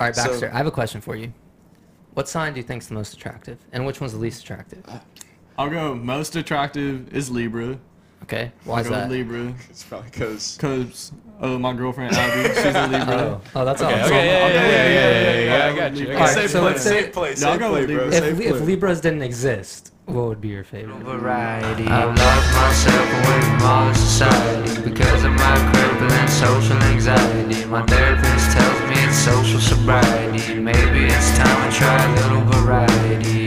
All right, So- Baxter, I have a question for you. What sign do you think is the most attractive, and which one's the least attractive? I'll go most attractive is Libra. Okay, why is I'll go that? with Libra. It's probably because Cause oh my girlfriend Abby, she's a Libra. Oh, oh, that's all. Okay, I'm okay, saying. yeah, yeah, yeah, yeah, yeah, yeah, yeah, yeah, I I'll got you. leave I it. got Alright, you. so let's say- safe play, No, I'll safe go play, with bro. Libra. Safe If, play. if Libras didn't exist, what would be your favorite? variety. I locked myself away from all society because of my crippling social anxiety. My therapist tells me it's social sobriety. Maybe it's time I try a little variety.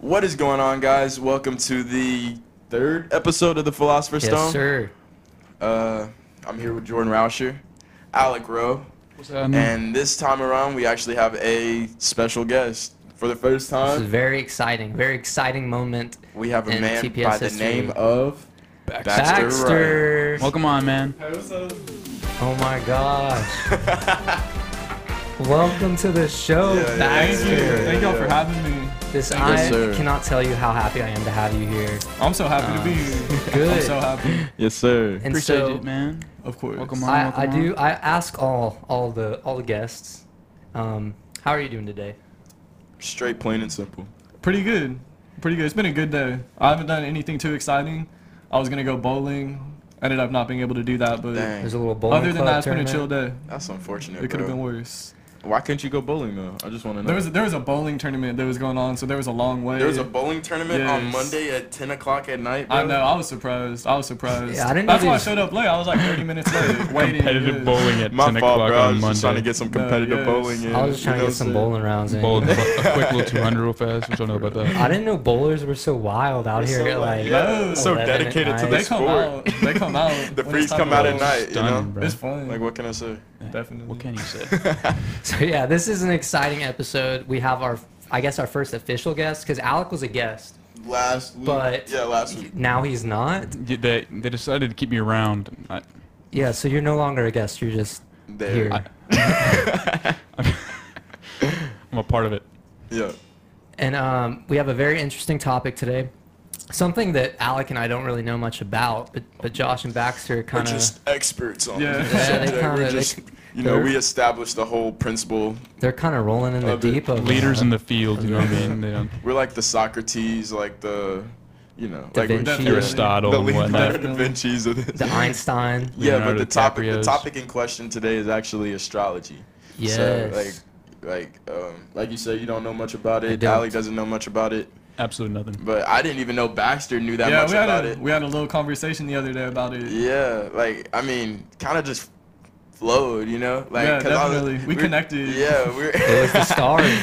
What is going on, guys? Welcome to the third episode of the Philosopher's Yes, Stone. sir. Uh, I'm here with Jordan Rauscher, Alec Rowe, What's that, man? and this time around we actually have a special guest. For the first This is time, very exciting. Very exciting moment. we have a and man TPS by the history. name of Baxter. Baxter. Baxter. Welcome on, man. Oh my gosh. Welcome to the show, Yeah, yeah. Thank Baxter. you. Thank y'all for Yeah. having me. This Yes, I sir. cannot tell you how happy I am to have you here. I'm so happy to be here. I'm Oh. good. so happy. yes, sir. And Appreciate so it, man. Of course. Welcome on. I, welcome I on. do I ask all all the all the guests, um, how are you doing today? Straight, plain, and simple. Pretty good. Pretty good. It's been a good day. I haven't done anything too exciting. I was gonna go bowling. Ended up not being able to do that, but Dang. There's a little bowling other than club that, it's been a tournament. chill day. That's unfortunate. It could have bro. been worse. Why couldn't you go bowling though? I just want to know. There was there was a bowling tournament that was going on, so there was a long way. There was a bowling tournament on Yes. Monday at 10 o'clock at night. Bro. I know. I was surprised. I was surprised. Yeah, I didn't know That's why I these- showed up late. I was like 30 minutes late, waiting. Competitive yes. bowling at My 10 fault, o'clock bro. I on was just trying to Monday. get some competitive yes. bowling in. I was you just trying know to what get some I'm saying? bowling rounds in. Bowled a quick little 200 real fast. What y'all know about I that? didn't know bowlers were so wild out They're here. so, like, yeah, Oh, so 11 at dedicated to night. the They come out. sport. They come out. the when freaks it's time come to out at bowl. night, you Stunning, know? bro. It's fun. Like, what can I say? Definitely. What can you say? So yeah, this is an exciting episode. We have our, I guess, our first official guest because Alec was a guest. Last week. But- yeah, last week. Now he's not. Yeah, They, they decided to keep me around. I, Yeah, so you're no longer a guest. You're just There. here. I'm a part of it. Yeah. And um, we have a very interesting topic today. Something that Alec and I don't really know much about, but, but Josh and Baxter We're kind of just experts on Yeah. the Yeah, they subject. kinda- We're they just, c- you know, we they're- established the whole principle. they're kind of rolling in the Of it. deep of Leaders uh, in the field, you know what I mean? They don't, We're like the Socrates, like the, you know, Da like we're- Vinci. yeah, Aristotle the and Leonardo whatnot. da Vinci's of this. the Einstein. Yeah, but Leonardo the topic the DiCaprio's. topic in question today is actually astrology. So, Yes. like like um, like you said, you don't know much about I it. don't. Alec doesn't know much about it, absolutely nothing. but I didn't even know Baxter knew that yeah, much we had about a it. we had a little conversation the other day about it. yeah, like I mean, kind of just flowed, you know? Like Yeah, 'cause I was- definitely. We we're- connected. Yeah, we're it was the stars.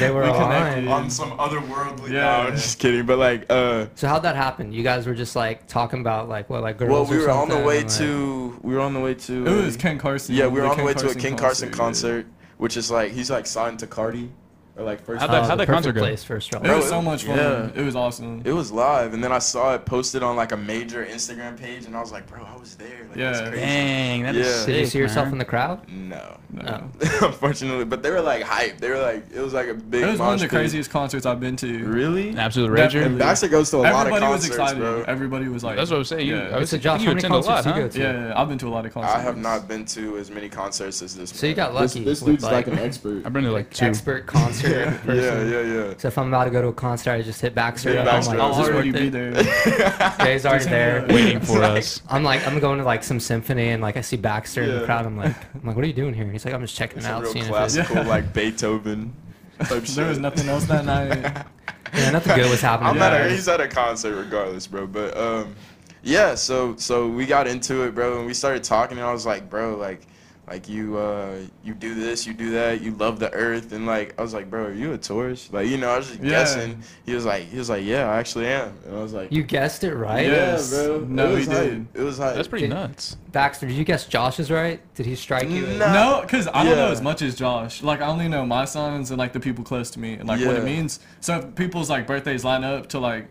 They were We aligned. connected. on some otherworldly. Yeah. No, I'm just kidding, but like uh So how'd that happen? You guys were just like talking about like what like girls. well, we or were on the something, way like- uh, to we were on the way to It a- was Ken Carson. Yeah, we were the on the way to a Carson King Carson yeah. concert, which is like he's like signed to Cardi or like first How'd Oh, that- the how'd that perfect concert go? place for astrology. It Bro, was so it- much fun. yeah. It was awesome. It was live, and then I saw it posted on like a major Instagram page, and I was like, bro, I was there. Like, that's Yeah. crazy. Dang, that is Yeah. sick, Did you see yourself man. in the crowd? No, No. unfortunately, but they were like hype. They were like, it was like a big. It was one of mosh the pit. craziest concerts I've been to. Really? An absolute And rager. Definitely. Baxter goes to a lot of Everybody was concerts, excited. bro. Everybody was like, That's what I was saying. You, I Yeah, was So thinking Josh, you how many attend a concerts lot, do you huh? go to? yeah, I've been to a lot of concerts. I have not been to as many concerts as this. So you man. got lucky. with, like, expert. I've been to like two. expert concert yeah, yeah, person. yeah, yeah. So if I'm about to go to a concert, I just hit Baxter. Hit up. Baxter I'm up. like, I'll Is this already worth be it? there. Jay's already there. waiting for us. I'm like, I'm going to like some symphony, and like I see Baxter in the Yeah. crowd. I'm like, I'm like, what are you doing here? And he's like, I'm just checking It's it a out, real seeing if classical, Yeah. like Beethoven. Type there was shit. nothing else that night. it. Yeah, nothing good was happening. I'm Yeah. at a, he's at a concert regardless, bro. But um, yeah. So so we got into it, bro, and we started talking, and I was like, bro, like, like you uh, you do this, you do that, you love the earth, and like I was like, bro, are you a tourist? Like you know, I was just Yeah. guessing. He was like, he was like, yeah, I actually am, and I was like, You guessed it right, Yeah. yeah, Yes. bro. No, it was he hype. did. It was hype. That's pretty Did- nuts. Baxter. Did you guess Josh is right? Did he strike you? as- No. No, because I don't Yeah. know as much as Josh. Like, I only know my signs and, like, the people close to me and, like, what Yeah. it means. So, if people's, like, birthdays line up to, like,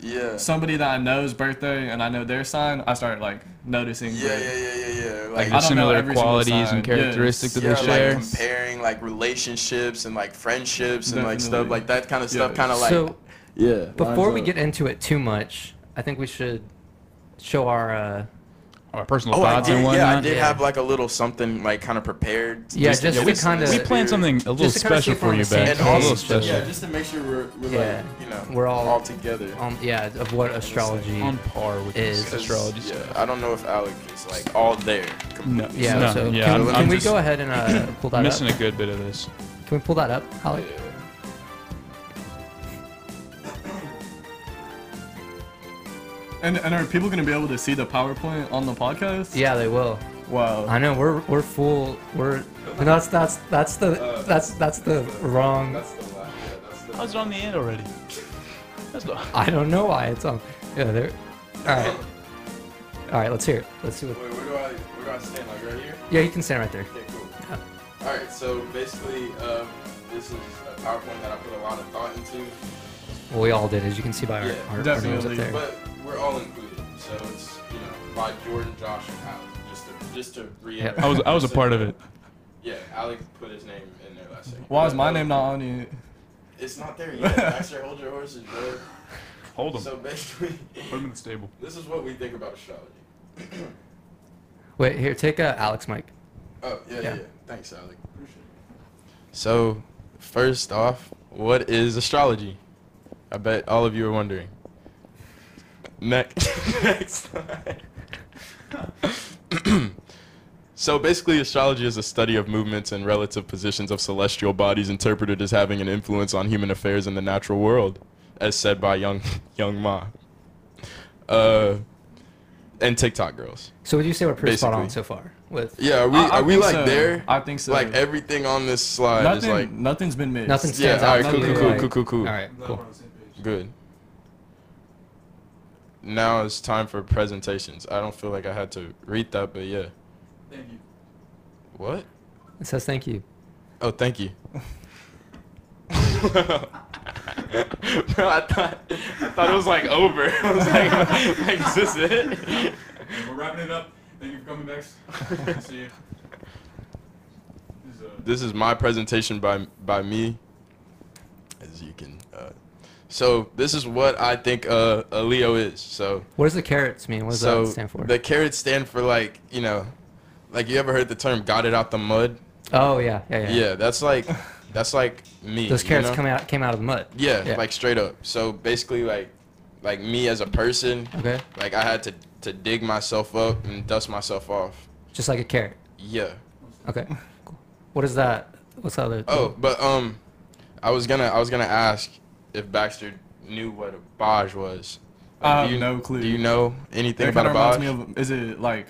Yeah. somebody that I know's birthday and I know their sign, I start, like, noticing. yeah, like, yeah, yeah, yeah, yeah. Like I the don't know similar every single qualities sign. and characteristics Yes. that they share. like comparing like relationships and like friendships and like stuff Definitely. like that kind of stuff Yeah. kind of like so yeah before we get into it too much, I think we should show our uh, our personal Oh, I thoughts did, and yeah, whatnot. I did Yeah. have like a little something like kind of prepared. Yeah, just in to case kinda- we it's planned weird. something a little Just to kinda see special if we're for on you, the same Ben. And A little also, special. yeah, just to make sure we're, we're Yeah. like, you know, We're all- all together. Um, yeah, of what astrology. on par with Is- this astrology Yeah, stuff. I don't know if Alec is like all there. No, completely. yeah, no, so yeah, can, I'm- can I'm we just go ahead and uh, pull that up? Missing a good bit of this. Can we pull that up, Alec? Yeah. And, and are people going to be able to see the PowerPoint on the podcast? Yeah, they will. Wow. I know we're we're full. We're no, that's that's that's the Uh, that's that's the wrong. That's the last. Yeah, that's the. How's it on the end already? That's not. I don't know why it's on. Yeah, there. All right, all right. Let's hear it. Let's see what. Wait, where do I where do I stand? Like right here? Yeah, you can stand right there. Okay, cool. All right, so basically, um, this is a PowerPoint that I put a lot of thought into, Well, we all did, as you can see by our Yeah, our, our names up definitely, there. but we're all included. So it's you know by Jordan, Josh, and Alec. Just to just to reiterate. I was I was a part of it. Yeah, Alec put his name in there last second. Why is But, my um, name not on it? It's not there yet. Baxter, hold your horses, bro. Hold So basically, Put him in the stable. this is what we think about astrology. Wait, here, take uh, Alex mic. Oh yeah, yeah. Yeah. yeah. Thanks, Alec. Appreciate it. So, first off, what is astrology? I bet all of you are wondering. Next. Next slide. so basically, astrology is a study of movements and relative positions of celestial bodies interpreted as having an influence on human affairs in the natural world, as said by Young Young Ma. Uh, and TikTok girls. So would you say we're pretty spot on Basically. so far? With Yeah, are we I- I are we think like so. there? I think so. Like everything on this slide Nothing, is like nothing's been missed. nothing yeah. stands All out. right, cool, to cool, me, cool, like- cool, cool, cool. All right, cool. Good. Now it's time for presentations. I don't feel like I had to read that, but yeah. Thank you. What? It says thank you. Oh, thank you. Bro, I thought I thought it was like over. I was like, like is this it? We're wrapping it up. Thank you for coming, Dex. See you. uh, this is my presentation by by me as you can uh, so this is what i think uh, a leo is so What does the carrots mean? What does so that stand for? the carrots stand for like you know like you ever heard the term got it out the mud oh yeah, yeah, yeah. yeah, that's like that's like me Those you carrots know? come out came out of the mud. yeah, Yeah. like straight up so basically like like me as a person Okay. like i had to to dig myself up and dust myself off Just like a carrot. yeah Okay. Cool. What is that? What's the other? Oh, but um, I was gonna I was gonna ask if Baxter knew what a Baj was. I have do you, no clue. Do you know anything That about kind a of reminds Baj? me of. Is it like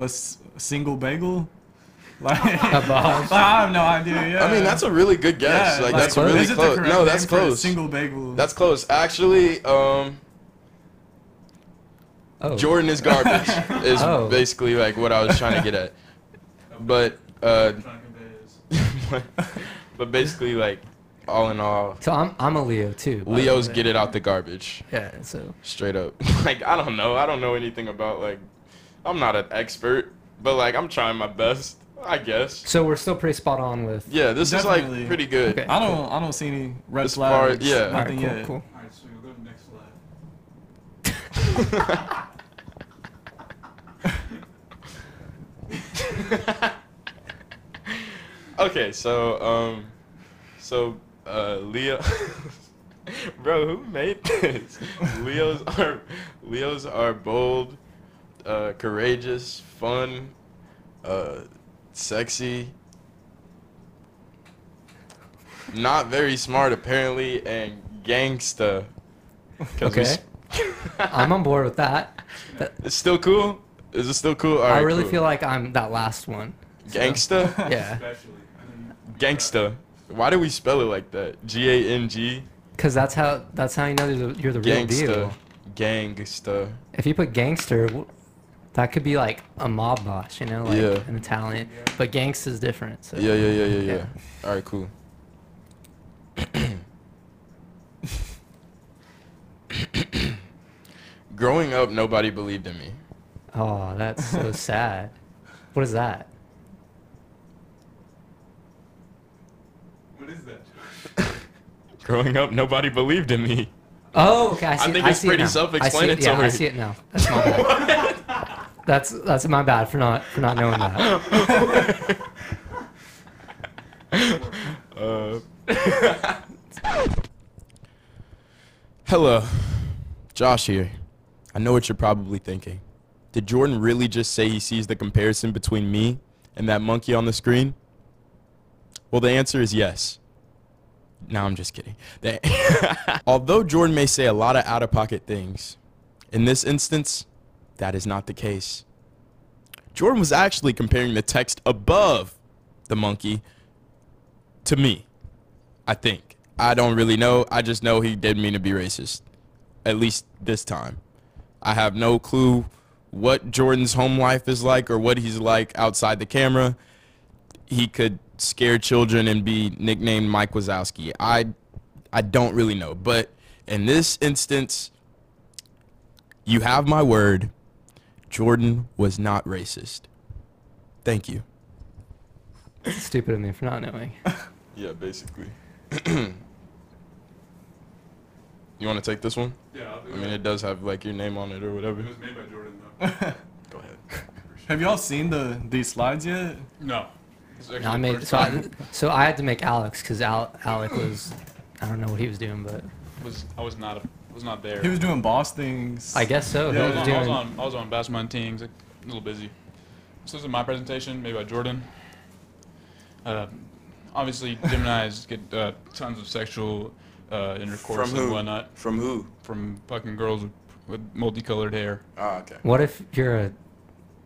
a s- single bagel? Like, A Baj. I have no idea. Yeah. I mean, that's a really good guess. like, that's like, really is it the close. correct No, that's name for a close. Single bagel. That's close. Actually, um, Oh. Jordan is garbage. is Oh. basically like what I was trying to get at. But uh, but basically like all in all, So I'm I'm a Leo too. by the Leos way. get it out the garbage. Yeah. So straight up. like I don't know. I don't know anything about like I'm not an expert, but like I'm trying my best, I guess. so we're still pretty spot on with. Yeah, this is Definitely. like pretty good. Okay. I don't. I don't see any red As far- flags. yeah. All right, Nothing cool, yet. cool. Alright, so we'll go to the next slide. okay, so um so uh Leo Bro, who made this? Leos are Leos are bold, uh courageous, fun, uh sexy, not very smart apparently, and gangsta. 'Cause we Okay. s- I'm on board with that. That- It's still cool. Is it still cool? I Alright, really cool. feel like I'm that last one. gangsta. Yeah. gangsta. Why do we spell it like that? G A N G. Cause that's how that's how you know you're the, you're the real Gangsta. deal. Gangsta. If you put gangster, w- that could be like a mob boss, you know, like Yeah. an Italian. But gangsta's different. So. Yeah, yeah, yeah, yeah, yeah. Yeah. All right, cool. Growing up, nobody believed in me. Oh, that's so sad. What is that? What is that? Growing up, nobody believed in me. Oh, okay. I see. think I it's see it pretty now. I see it- self-explanatory. Yeah, I see it now. That's my bad. That's that's my bad for not for not knowing that. Uh, Hello, Josh here. I know what you're probably thinking. Did Jordan really just say he sees the comparison between me and that monkey on the screen? Well, the answer is yes. No, I'm just kidding. The- Although Jordan may say a lot of out of pocket things, in this instance, that is not the case. Jordan was actually comparing the text above the monkey to me. I think. I don't really know. I just know he did mean to be racist. At least this time. I have no clue what Jordan's home life is like or what he's like outside the camera. He could scare children and be nicknamed Mike Wazowski. I I don't really know, but in this instance you have my word. Jordan was not racist. Thank you. It's stupid of me for not knowing. Yeah, basically. you want to take this one? Yeah, I'll do I mean, it. it does have like your name on it or whatever. It was made by Jordan, though. Go ahead. Have y'all seen the these slides yet? no. This is No, I actually the made first so I, time. so I had to make Alex because Al, Alec was I don't know what he was doing, but was I was not a, was not there. He was doing boss things. I guess so. I Yeah, he was, was doing on, I was on I was on basketball teams, like, a little busy. So this is my presentation, made by Jordan. Uh, obviously, Gemini's get uh, tons of sexual uh, intercourse From and who? whatnot From who? from fucking girls with, with multicolored hair. Ah, okay. What if you're a,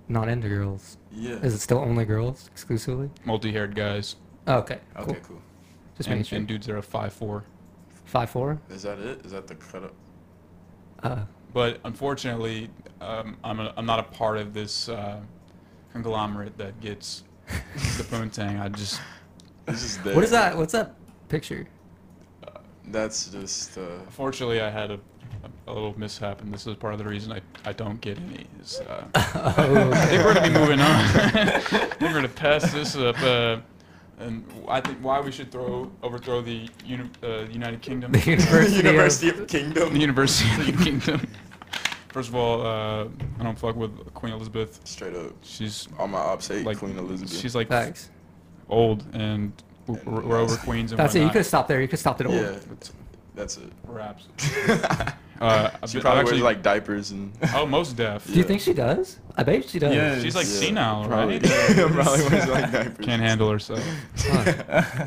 not into girls? Yeah. Is it still only girls exclusively? Oh, multi-haired guys Okay. Cool. Okay, cool. Just making and, sure. and dudes that are five four. Five four. Is that it? Is that the cut up? Uh, But unfortunately, um, I'm, a, I'm not a part of this uh, conglomerate that gets the poontang. I just This is there. what is that? What's that picture? That's just. Uh, fortunately I had a, a, little mishap, and this is part of the reason I, I don't get any. Is, uh, I Oh, think we're gonna be moving on. I think we're gonna pass this up. Uh, and I think why we should throw overthrow the uni- uh, United Kingdom. the University, University of, of Kingdom. the University of the United Kingdom. First of all, uh, I don't fuck with Queen Elizabeth. Straight up. She's All my ops hate like Queen Elizabeth. She's like Thanks. old, and w- And we're, we're over nasty. Queens and That's it. You whatnot. could have stopped there. You could have stopped at all. yeah, that's it. Raps. Uh, I've she been- I've probably wears actually, like diapers and. oh, most deaf. Do you Yeah. think she does? I bet she does. Yeah. She's like Yeah, senile, probably. right? probably wears like diapers. Can't handle herself. Huh.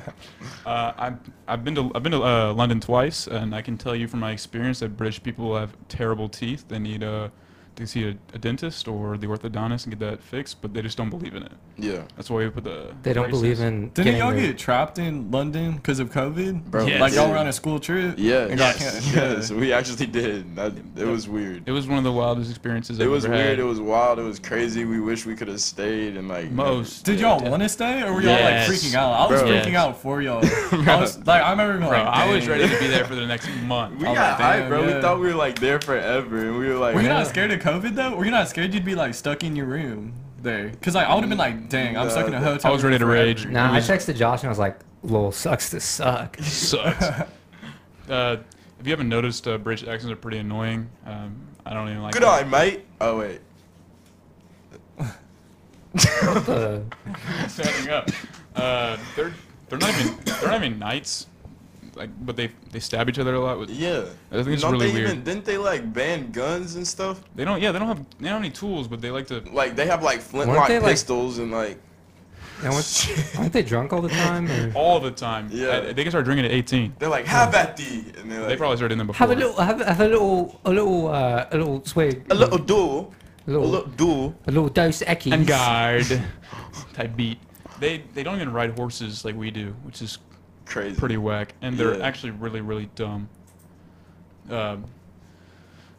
Uh, I've I've been to I've been to uh, London twice, and I can tell you from my experience that British people have terrible teeth. They need uh, to see a, a dentist or the orthodontist and get that fixed, but they just don't believe in it. Yeah. That's why we put the. They don't braces. believe in. Didn't getting y'all the- get trapped in London because of COVID? Bro, Yes. Like y'all were yeah. on a school trip. Yes. And got Yes. can- yes, we actually did. That, it was weird. It was one of the wildest experiences. It I've was ever weird. Had. It was wild. It was crazy. We wish we could have stayed and like never- Most. Did y'all want to stay or were y'all Yes. like freaking out? I was Bro. freaking Yes. out for y'all. I was like, I remember being Bro, like, I was dang. ready to be there for the next month. We I'm got like, hyped, bro. damn, We yeah. thought we were like there forever, and we were like, Were you not scared of COVID though? Were you not scared you'd be like stuck in your room there? Cause like I would have been like, dang, I'm stuck in a Nah, hotel. I was ready to room forever. rage. Nah, I texted Josh and I was like, "Lol, sucks to suck." sucks. uh, if you haven't noticed, uh, British accents are pretty annoying. Um, I don't even like. "Good them. eye, mate." Oh wait, The- standing up. Uh, they're they're not even they're not even knights, like but they they stab each other a lot. With, yeah. I think it's Don't really they weird. Even, didn't they like ban guns and stuff? They don't yeah they don't have they don't have any tools, but they like to. Like they have like flintlock they, like- pistols and like and what- aren't they drunk all the time? Or? All the time. Yeah. Uh, they can start drinking at 18. they're like have at thee, and they're like They probably started doing that before. Have a little, have, have a little, a little, uh, a little swig. a little duel, a a little, little duel. a little dose eckies. and uh, guard type beat. They they don't even ride horses like we do, which is Crazy. pretty whack, and they're Yeah. actually really really dumb. Um,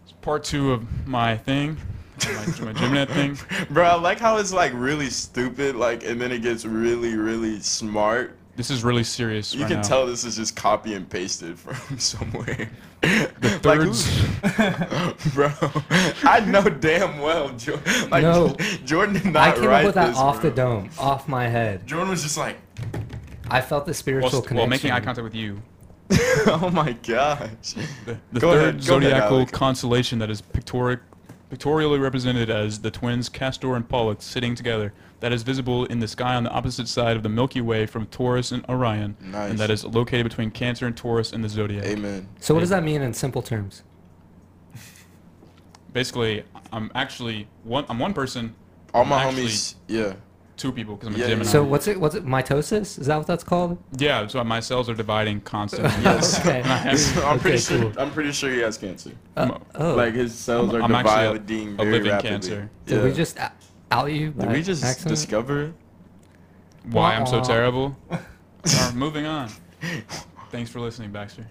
it's part two of my thing, my, my Gymnet thing. Bro, I like how it's like really stupid, like, and then it gets really, really smart. This is really serious. You right can now. tell this is just copy and pasted from somewhere. The Thirds. Bro, I know damn well. Jo- like, No. Jordan did not I came write up with that this, off the bro. dome, off my head. Jordan was just like, I felt the while, spiritual st- connection. while making eye contact with you. oh my gosh. The, Go ahead, the third go ahead, zodiacal Alec. constellation that is pictoric pictorially represented as the twins Castor and Pollux sitting together, that is visible in the sky on the opposite side of the Milky Way from Taurus and Orion, Nice. and that is located between Cancer and Taurus in the zodiac. Amen. So what does that mean in simple terms? Basically, I'm actually one. I'm one person. All I'm my actually homies, yeah. Two people because I'm a Yeah, yeah. Gemini. So what's it? What's it? Mitosis? Is that what that's called? yeah, so my cells are dividing constantly. Yes. Okay. And I have- I'm pretty Okay, sure. cool. I'm pretty sure he has cancer. Uh, oh, Like his cells are I'm actually a- dividing a very living rapidly. cancer. did yeah. we just ou- out you? Did by we just accident? discover it? why I'm so Wah-wah. terrible. Uh, moving on. Thanks for listening, Baxter.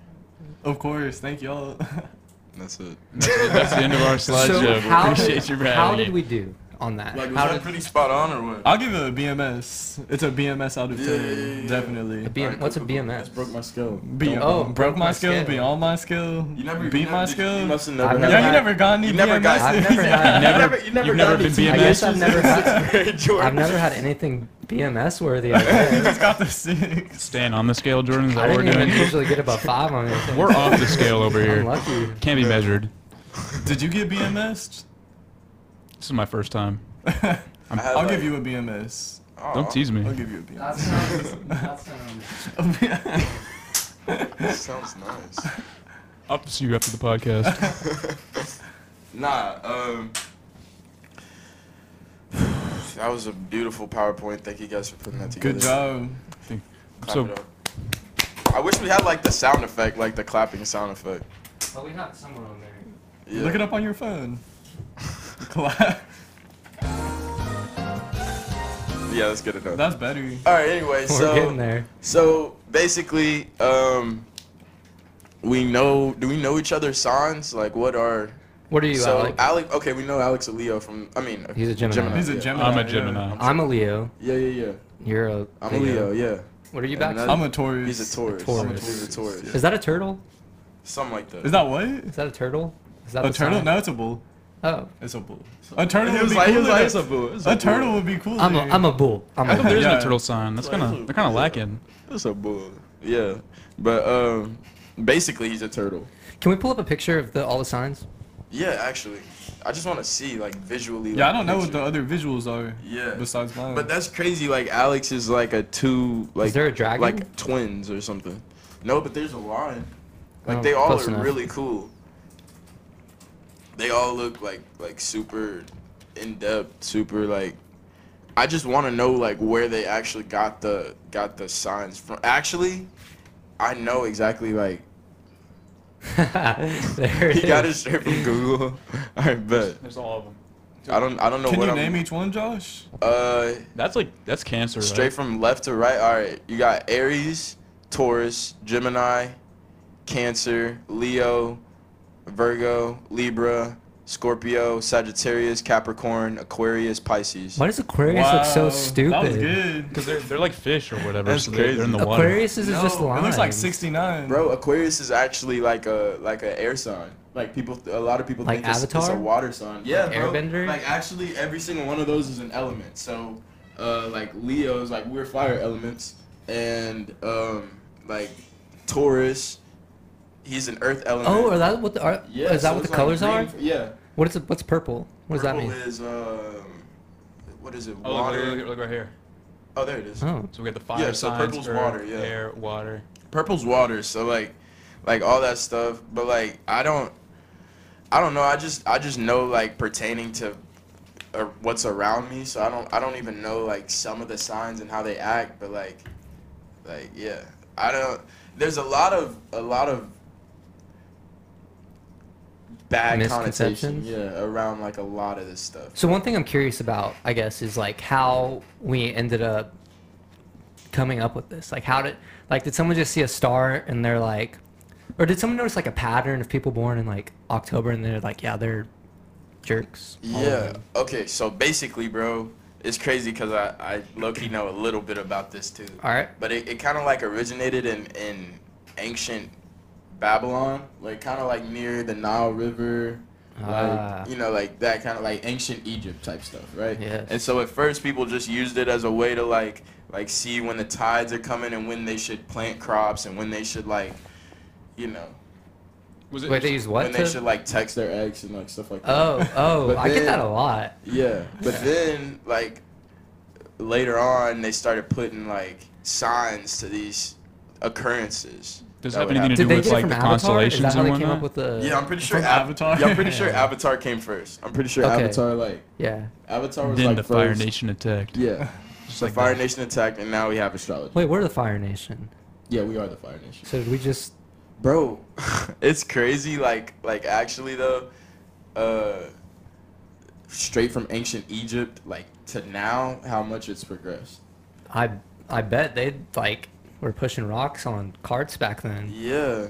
Of course, thank y'all. That's it. And That's the, that's the end of our So slideshow. how we appreciate did, you for how having did me. we do on that? Like, was how that did pretty spot on or what? I'll give it a BMS. It's a BMS out of Yeah, 10, yeah, yeah, yeah. definitely. a BM, Alright, what's a cool, cool, cool. BMS? Just broke my skull. Be- Oh, broke, my skill, beyond my skill, You never you beat never- my did- skill. You must have never. I've never yeah, you had- never got any You never got- BMSs. I've never had- You never, you You've never, never got been these BMS? I guess I've matches. never had, Very George. I've never had anything BMS worthy. I guess. He's got the six. Staying on the scale, Jordan. Is I that what didn't we're even doing? usually get above five on anything. We're off the scale over I'm here. lucky. Can't be measured. Did you get BMS? This is my first time. I had, I'll like- give you a BMS. Aw. Don't tease I'll me. give you a BMS. That sounds, that sounds Sounds nice. I'll see you after the podcast. Nah, um, that was a beautiful PowerPoint. Thank you guys for putting that together. Good job. Clap So, it up. I wish we had like the sound effect, like the clapping sound effect. But we have someone on there. Yeah. Look it up on your phone. Clap. Yeah, that's good enough. That's better. All right. Anyway, We're so getting there. so basically, um, we know. Do we know each other's signs? Like, what are? What are you, so Alec? Alex. Okay, we know Alex a Leo from. I mean, He's a Gemini. He's a yeah. Gemini. I'm a yeah. Gemini. I'm a Leo. Yeah, yeah, yeah. You're a. I'm a Leo. Yeah. What are you And back? that- I'm a Taurus. He's a Taurus. Taurus. He's a Taurus. Is that a turtle? Something like that. Is that what? A Is that a turtle? Is that the turtle? sign? No, it's a bull. Oh, It's a bull. A turtle He would was be like, he was cooler. like, it's a boo. It's a boo. turtle would be cooler. I'm a, I'm a bull. I'm how come there a isn't Yeah. a turtle sign? That's kind of they're kind of lacking. It's a bull. Yeah, but um, basically he's a turtle. Can we pull up a picture of the all the signs? Yeah, actually, I just want to see like visually. Yeah, I like, don't know what the picture. other visuals are. Yeah. Besides mine. But that's crazy. Like Alex is like a two. Like there a dragon? Like twins or something. No, but there's a lion. Like Oh, they all close are enough. really cool. They all look like like super in depth, super like. I just want to know like where they actually got the got the signs from. Actually, I know exactly like there it he got it is. straight from Google. I bet. There's all of them. I don't I don't know Can what you I'm. name each one, Josh? uh, That's like that's cancer. straight right? from left to right. All right, you got Aries, Taurus, Gemini, Cancer, Leo, Virgo, Libra, Scorpio, Sagittarius, Capricorn, Aquarius, Pisces. Why does Aquarius look so Wow, stupid? That was good. because they're they're like fish or whatever. That's so they're, they're in the water. Aquarius is just No, lying. It looks like 69. Bro, Aquarius is actually like a like an air sign. Like people, a lot of people Like think it's, it's a Avatar? water sign. Yeah, bro. Airbender? Like actually, every single one of those is an element. So, uh, like Leo's, like we're fire elements, and um, like Taurus, he's an earth element. Oh, are that what the are, Yeah, is that so what the it's like colors green are? f- Yeah. What is it? What's purple? What does Purple that mean? is um, what is it? Oh, look, look, Water. look, look right here. Oh, there it is. Oh, So we got the fire Yeah, so signs, purple's earth, water, yeah. air, water. Purple's water, so like, like all that stuff. But like, I don't, I don't know. I just, I just know like pertaining to, uh, what's around me. So I don't, I don't even know like some of the signs and how they act. But like, like yeah, I don't. There's a lot of, a lot of bad connotation, Misconceptions? yeah, around like a lot of this stuff. so one thing I'm curious about, I guess, is like how we ended up coming up with this. Like, how did like did someone just see a star and they're like, or did someone notice like a pattern of people born in like October and they're like, yeah, they're jerks. all of Yeah. them. Okay. So basically, bro, it's crazy because I I low key know a little bit about this too. All right. But it, it kind of like originated in in ancient Babylon, like kind of like near the Nile River, Ah. like you know like that kind of like ancient Egypt type stuff, right? Yes. And so at first people just used it as a way to like like see when the tides are coming and when they should plant crops and when they should like you know Was it? Wait, they use what? when they to- should like text their ex and like stuff like that. oh, oh, But I get that then- a lot. Yeah, but then like later on, they started putting like signs to these occurrences. Does that it have would anything happen. to do Did they with get it like from the Avatar? Is that constellations how and they came up whatnot? with the? Yeah, I'm pretty sure From Av- Avatar? Yeah, I'm pretty sure Yeah. Avatar came first. I'm pretty sure Okay. Avatar like Yeah. Avatar was Then like the first. Fire Nation attacked. Yeah. Just the like Fire that. Nation attacked, and now we have astrology. Wait, we're the Fire Nation. Yeah, we are the Fire Nation. So did we just? bro it's crazy like like actually though uh straight from ancient egypt like to now how much it's progressed I I bet they like were pushing rocks on carts back then. yeah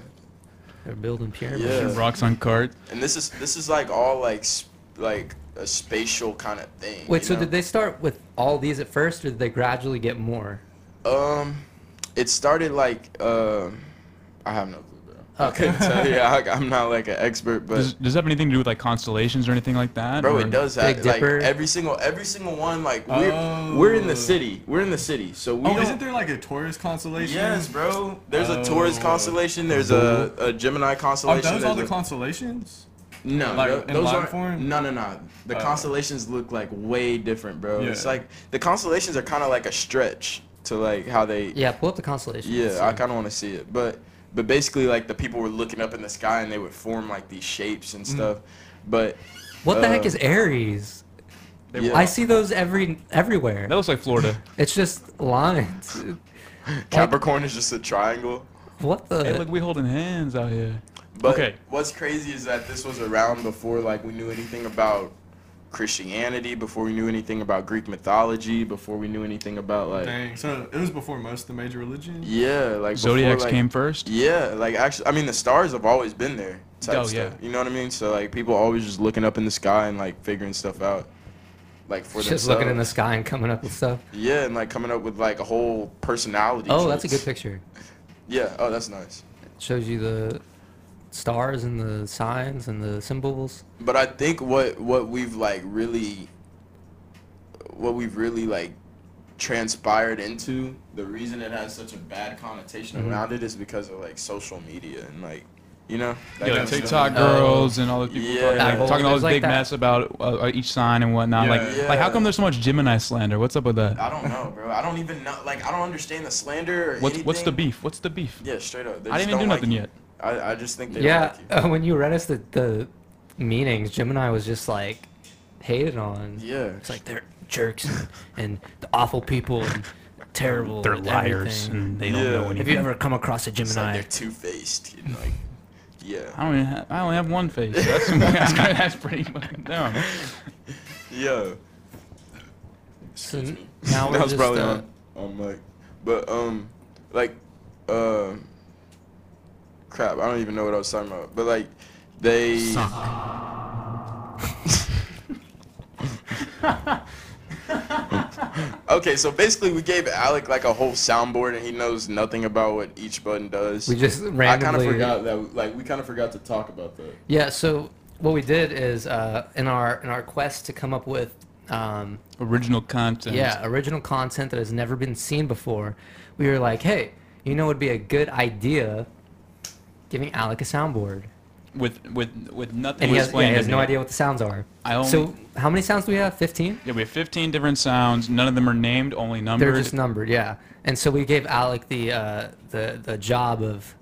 They're building pyramids. Yeah. Rocks on cart. and this is this is like all like sp- like a spatial kind of thing Wait, you so know? did they start with all these at first, or did they gradually get more? um it started like um i have no clue bro i Okay. couldn't tell you I, i'm not like an expert but Does, does that have anything to do with like constellations or anything like that? Bro, or- it does that. Big Like Dipper? every single, every single one. Like we're, we're in the Oh. city. We're in the city. So we. Oh, don't- isn't there like a Taurus constellation? Yes, bro. There's a Taurus Oh. constellation. There's a, a Gemini Are constellation. those all the there's a- constellations? No, like, tho- in those line are form? no, no, no. The Oh. constellations look like way different, bro. It's Yeah. like the constellations are kind of like a stretch to like how they. Yeah, pull up the constellation. Yeah, I kind of want to see it, but but basically like the people were looking up in the sky and they would form like these shapes Mm. and stuff, but What the uh, heck is Aries? They yeah. I see those every everywhere. That looks like Florida. It's just lines. Capricorn is just a triangle. What the? hey, look, we holding hands out here. But Okay. what's crazy is that this was around before like we knew anything about Christianity, before we knew anything about Greek mythology, before we knew anything about like Dang. So it was before most of the major religions. yeah, like before, Zodiacs like- came first. Yeah, like actually, I mean the stars have always been there. Type Oh, stuff, yeah. You know what I mean? So like people always just looking up in the sky and like figuring stuff out, like for just themselves. looking in the sky and coming up with stuff. Yeah, and like coming up with like a whole personality. Oh, that's a good traits. picture. Yeah. Oh, that's nice. shows you the stars and the signs and the symbols. But I think what what we've like really what we've really like transpired into the reason it has such a bad connotation Mm-hmm. around it is because of like social media and like you know that kind Yeah, like of stuff. TikTok girls and all the people Yeah. talking, like, Apple. talking all There's this like big that- mess about uh, uh, each sign and whatnot. Yeah. Like, like Yeah. Uh, how come there's so much Gemini slander? What's up with that? I don't know bro I don't even know like I don't understand the slander or What's what's the anything. beef? What's the beef? yeah straight up They I just didn't don't even do like nothing you. yet. I, I just think they yeah, don't like uh, when you read us the, the meanings, Gemini was just like hated on. you. yeah It's like they're jerks and, and the awful people and terrible. They're and liars everything. and they Yeah. don't know Have anything. Have you ever come across a it's like Gemini? they're two faced you know, like yeah I don't even have, I only have one face. That's, that's, kinda- that's pretty fucking dumb. yeah So n- now we're that was just probably uh, on, on mic. But um, like, um, crap. I don't even know what I was talking about. But like, they. okay, so basically, we gave Alec like a whole soundboard, and he knows nothing about what each button does. we just I kind randomly. of forgot that. Like, we kind of forgot to talk about that. Yeah. So what we did is uh, in our in our quest to come up with um, Original content. Yeah, original content that has never been seen before. We were like, hey, you know, it would be a good idea giving Alec a soundboard. With with with nothing. And he has, yeah, explained he to has no me. idea what the sounds are. I only- so, how many sounds do we have? 15? Yeah, we have 15 different sounds. None of them are named, only numbered. They're just numbered, yeah. And so we gave Alec the, uh, the, the job of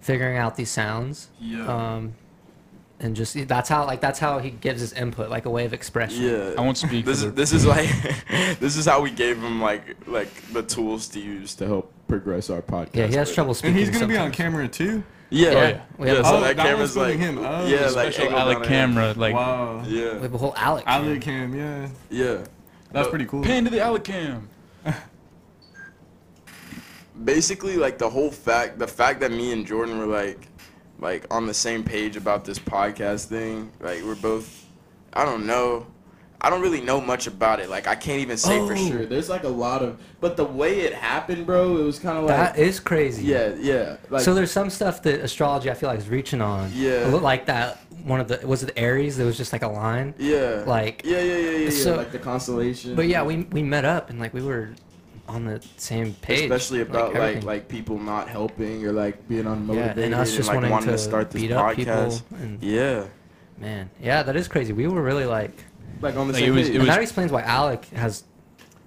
figuring out these sounds. Yeah. Um, and just that's how like that's how he gives his input, like a way of expression. Yeah. I won't speak. This for is the- this is like this is how we gave him like like the tools to use to help progress our podcast. Yeah, he has further. trouble speaking. And he's gonna be on sometimes. camera too. Yeah, Yeah, yeah. we have a- so Oh, that that camera's one's like filming him. Oh. yeah, like special angled Alec down at him. camera, like wow. We Yeah, have a whole Alec. Alec Cam, yeah. yeah. That's But pretty cool. pin to the Alicam. Basically, like the whole fact, the fact that me and Jordan were like, like on the same page about this podcast thing. Like we're both, I don't know. I don't really know much about it. Like I can't even say for Oh. sure. There's like a lot of, but the way it happened, bro, it was kind of like, That is crazy. yeah, yeah. Like so there's some stuff that astrology I feel like is reaching on. Yeah. A little like that one of the was it Aries? There was just like a line. yeah, like- yeah, yeah, yeah, yeah, yeah. so- like the constellation. But yeah, we we met up and like we were on the same page. especially about like everything. like, people not helping or like being unmotivated yeah, and us just like wanting wanting to, to start this beat up podcast. people. And Yeah, man, yeah, that is crazy. We were really like, like on the Like, same it was- page. it and was- that explains why Alec has.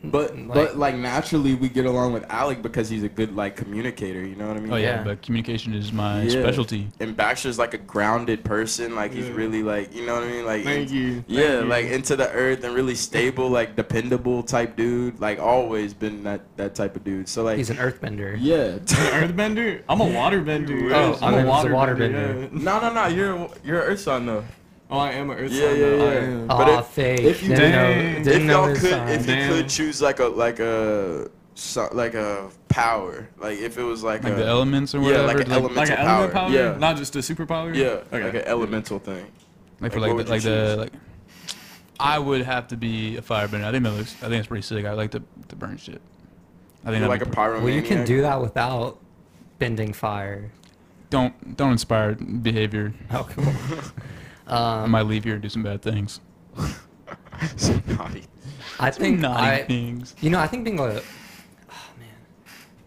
but like- but like naturally we get along with Alec because he's a good like communicator. You know what I mean? Oh yeah, Yeah. but communication is my Yeah. specialty. And Baxter's like a grounded person. Like he's Yeah. really like you know what I mean. Like Thank you. Yeah, Thank you. like into the earth and really stable, like dependable type dude. Like always been that that type of dude. So like He's an earthbender. yeah. An earthbender? I'm a waterbender. Oh, I'm I a thought it was a waterbender. yeah. no, no, no. You're a- you're an earth sign though. Oh, I am an earth Yeah, sign, yeah, though. I yeah. am. Uh, But Aw, if- fake. if you- didn't Dang. know, If didn't if know y'all his could, sign. if you Damn. could choose like a like a so- like a power, like if it was like, Like a the elements or yeah, whatever. like an element- Like an Mental element power, power? yeah. Not just a superpower? yeah, Okay. like an elemental thing. Like for Like, like what would the, like you the choose? like. I would have to be a firebender. I think that looks. I think it's pretty sick. I like to to burn shit. I think that'd like be a pr- pyromaniac. well, you can do that without bending fire. Don't don't inspire behavior. Oh, cool. I um, might leave here and do some bad things. Some naughty. I think naughty I, things. you know, I think being a, oh man,